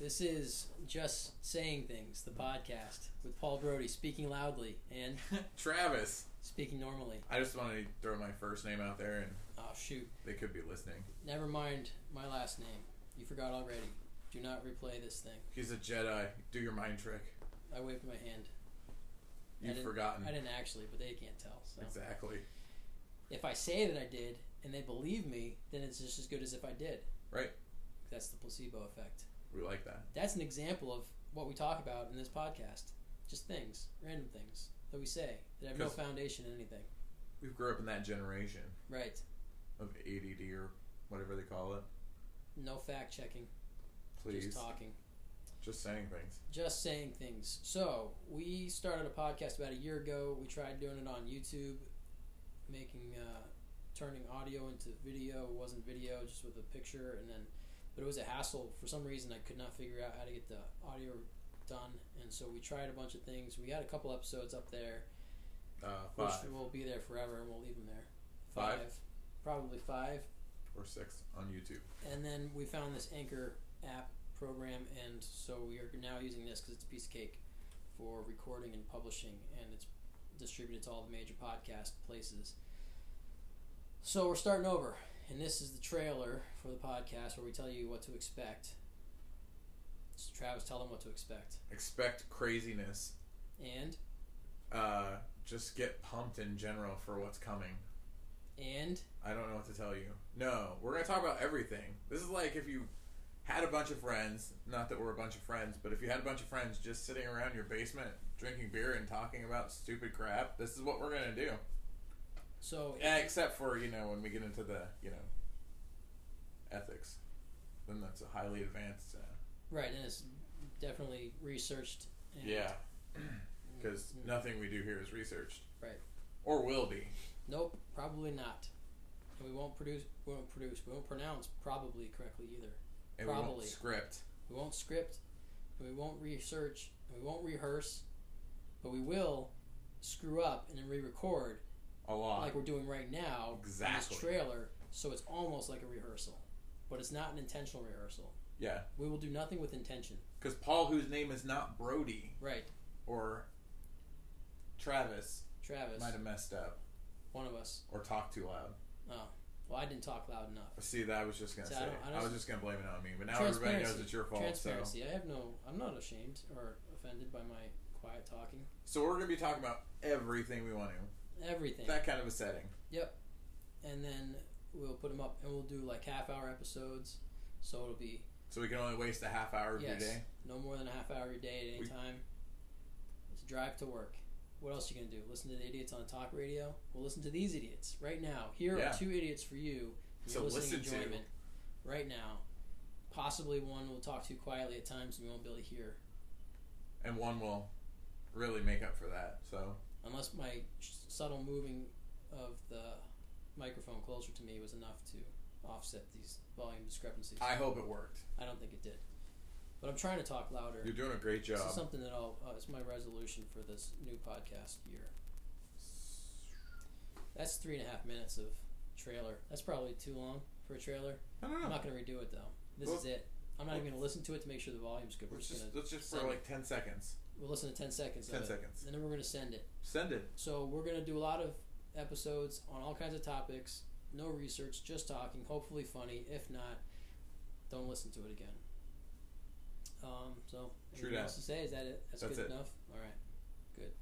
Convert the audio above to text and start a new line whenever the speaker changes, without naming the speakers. This is Just Saying Things, the podcast with Paul Brody speaking loudly and
Travis.
speaking normally.
I just want to throw my first name out there, and
Oh, shoot.
they could be listening.
Never mind my last name. You forgot already. Do not replay this thing.
He's a Jedi. Do your mind trick.
I waved my hand. I
You've
didn't-
forgotten.
I didn't actually, but they can't tell. So
Exactly.
if I say that I did and they believe me, then it's just as good as if I did.
Right.
That's the placebo effect.
We like that.
That's an example of what we talk about in this podcast. Just things, random things that we say that have no
'Cause-
foundation in anything.
We grew up in that generation
Right.
of ADD or whatever they call it.
No fact checking.
Please.
Just talking.
Just saying things.
Just saying things. So, we started a podcast about a year ago. We tried doing it on YouTube, making, uh, turning audio into video. It wasn't video, just with a picture. And then, but it was a hassle. For some reason, I could not figure out how to get the audio done. And so, we tried a bunch of things. We had a couple episodes up there.
Uh,
Which
five
will be there forever, and we'll leave them there.
Five?
probably five.
or six on YouTube.
And then we found this Anchor app program, and so we are now using this because it's a piece of cake for recording and publishing, and it's distributed to all the major podcast places. So we're starting over, and this is the trailer for the podcast where we tell you what to expect. So Travis, tell them what to expect,
Expect craziness.
and
Uh, just get pumped in general for what's coming.
and
I don't know what to tell you. No, we're gonna talk about everything. This is like if you had a bunch of friends. Not that we're a bunch of friends, but if you had a bunch of friends just sitting around your basement drinking beer and talking about stupid crap, this is what we're gonna do.
so
Eh, Except for you know when we get into the you know ethics, then that's a highly advanced. Uh,
right, and it's definitely researched. And
yeah, because nothing we do here is researched.
Right.
Or will be.
Nope, probably not. And we won't produce, we won't produce, we won't pronounce probably correctly either.
And we
Probably.
won't script.
We won't script, and we won't research, and we won't rehearse, but we will screw up and then re-record
A lot.
like we're doing right now
Exactly.
in this trailer. So it's almost like a rehearsal, but it's not an intentional rehearsal.
yeah.
We will do nothing with intention.
Because Paul, whose name is not Brody,
Right,
or Travis
Travis,
might have messed up
one of us.
or talked too loud.
Well, I didn't talk loud enough.
See, that I was just gonna
See, I
say. I,
don't- I don't-
was just gonna blame it on me, but now everybody knows
Transparency.
it's your fault. So,
Transparency. I have no. I'm not ashamed or offended by my quiet talking.
so we're gonna be talking about everything we want to.
Everything.
That kind of a setting.
and then we'll put them up and we'll do like half hour episodes so it'll be
So we can only waste a half hour of
Yes.
your day.
no more than a half hour a day at any
We-
time it's a drive to work what else you gonna do listen to the idiots on talk radio well listen to these idiots right now here
Yeah.
are two idiots for you for
So
your listening
listen to.
enjoyment right now possibly one will talk too quietly at times and we won't be able to hear
and one will really make up for that. So
unless my subtle moving of the microphone closer to me was enough to offset these volume discrepancies
I hope it worked.
I don't think it did. But I'm trying to talk louder.
You're doing a great
this is
job.
something that I'll. Uh, it's my resolution for this new podcast year. That's three and a half minutes of trailer. That's probably too long for a trailer.
I don't
I'm
know.
not going to redo it though. This
Well-
is it. I'm not even going to listen to it to make sure the volume's good. We're
Let's
just
just
going to.
let's just for
send
like ten seconds.
We'll listen to 10 seconds
Ten
of it.
seconds.
And then we're going to send it.
Send it.
So we're going to do a lot of episodes on all kinds of topics. No research, just talking. Hopefully funny. If not, don't listen to it again. Um, so
True
anything
that.
else to say? Is that it? That's,
That's
good
it.
enough. All right.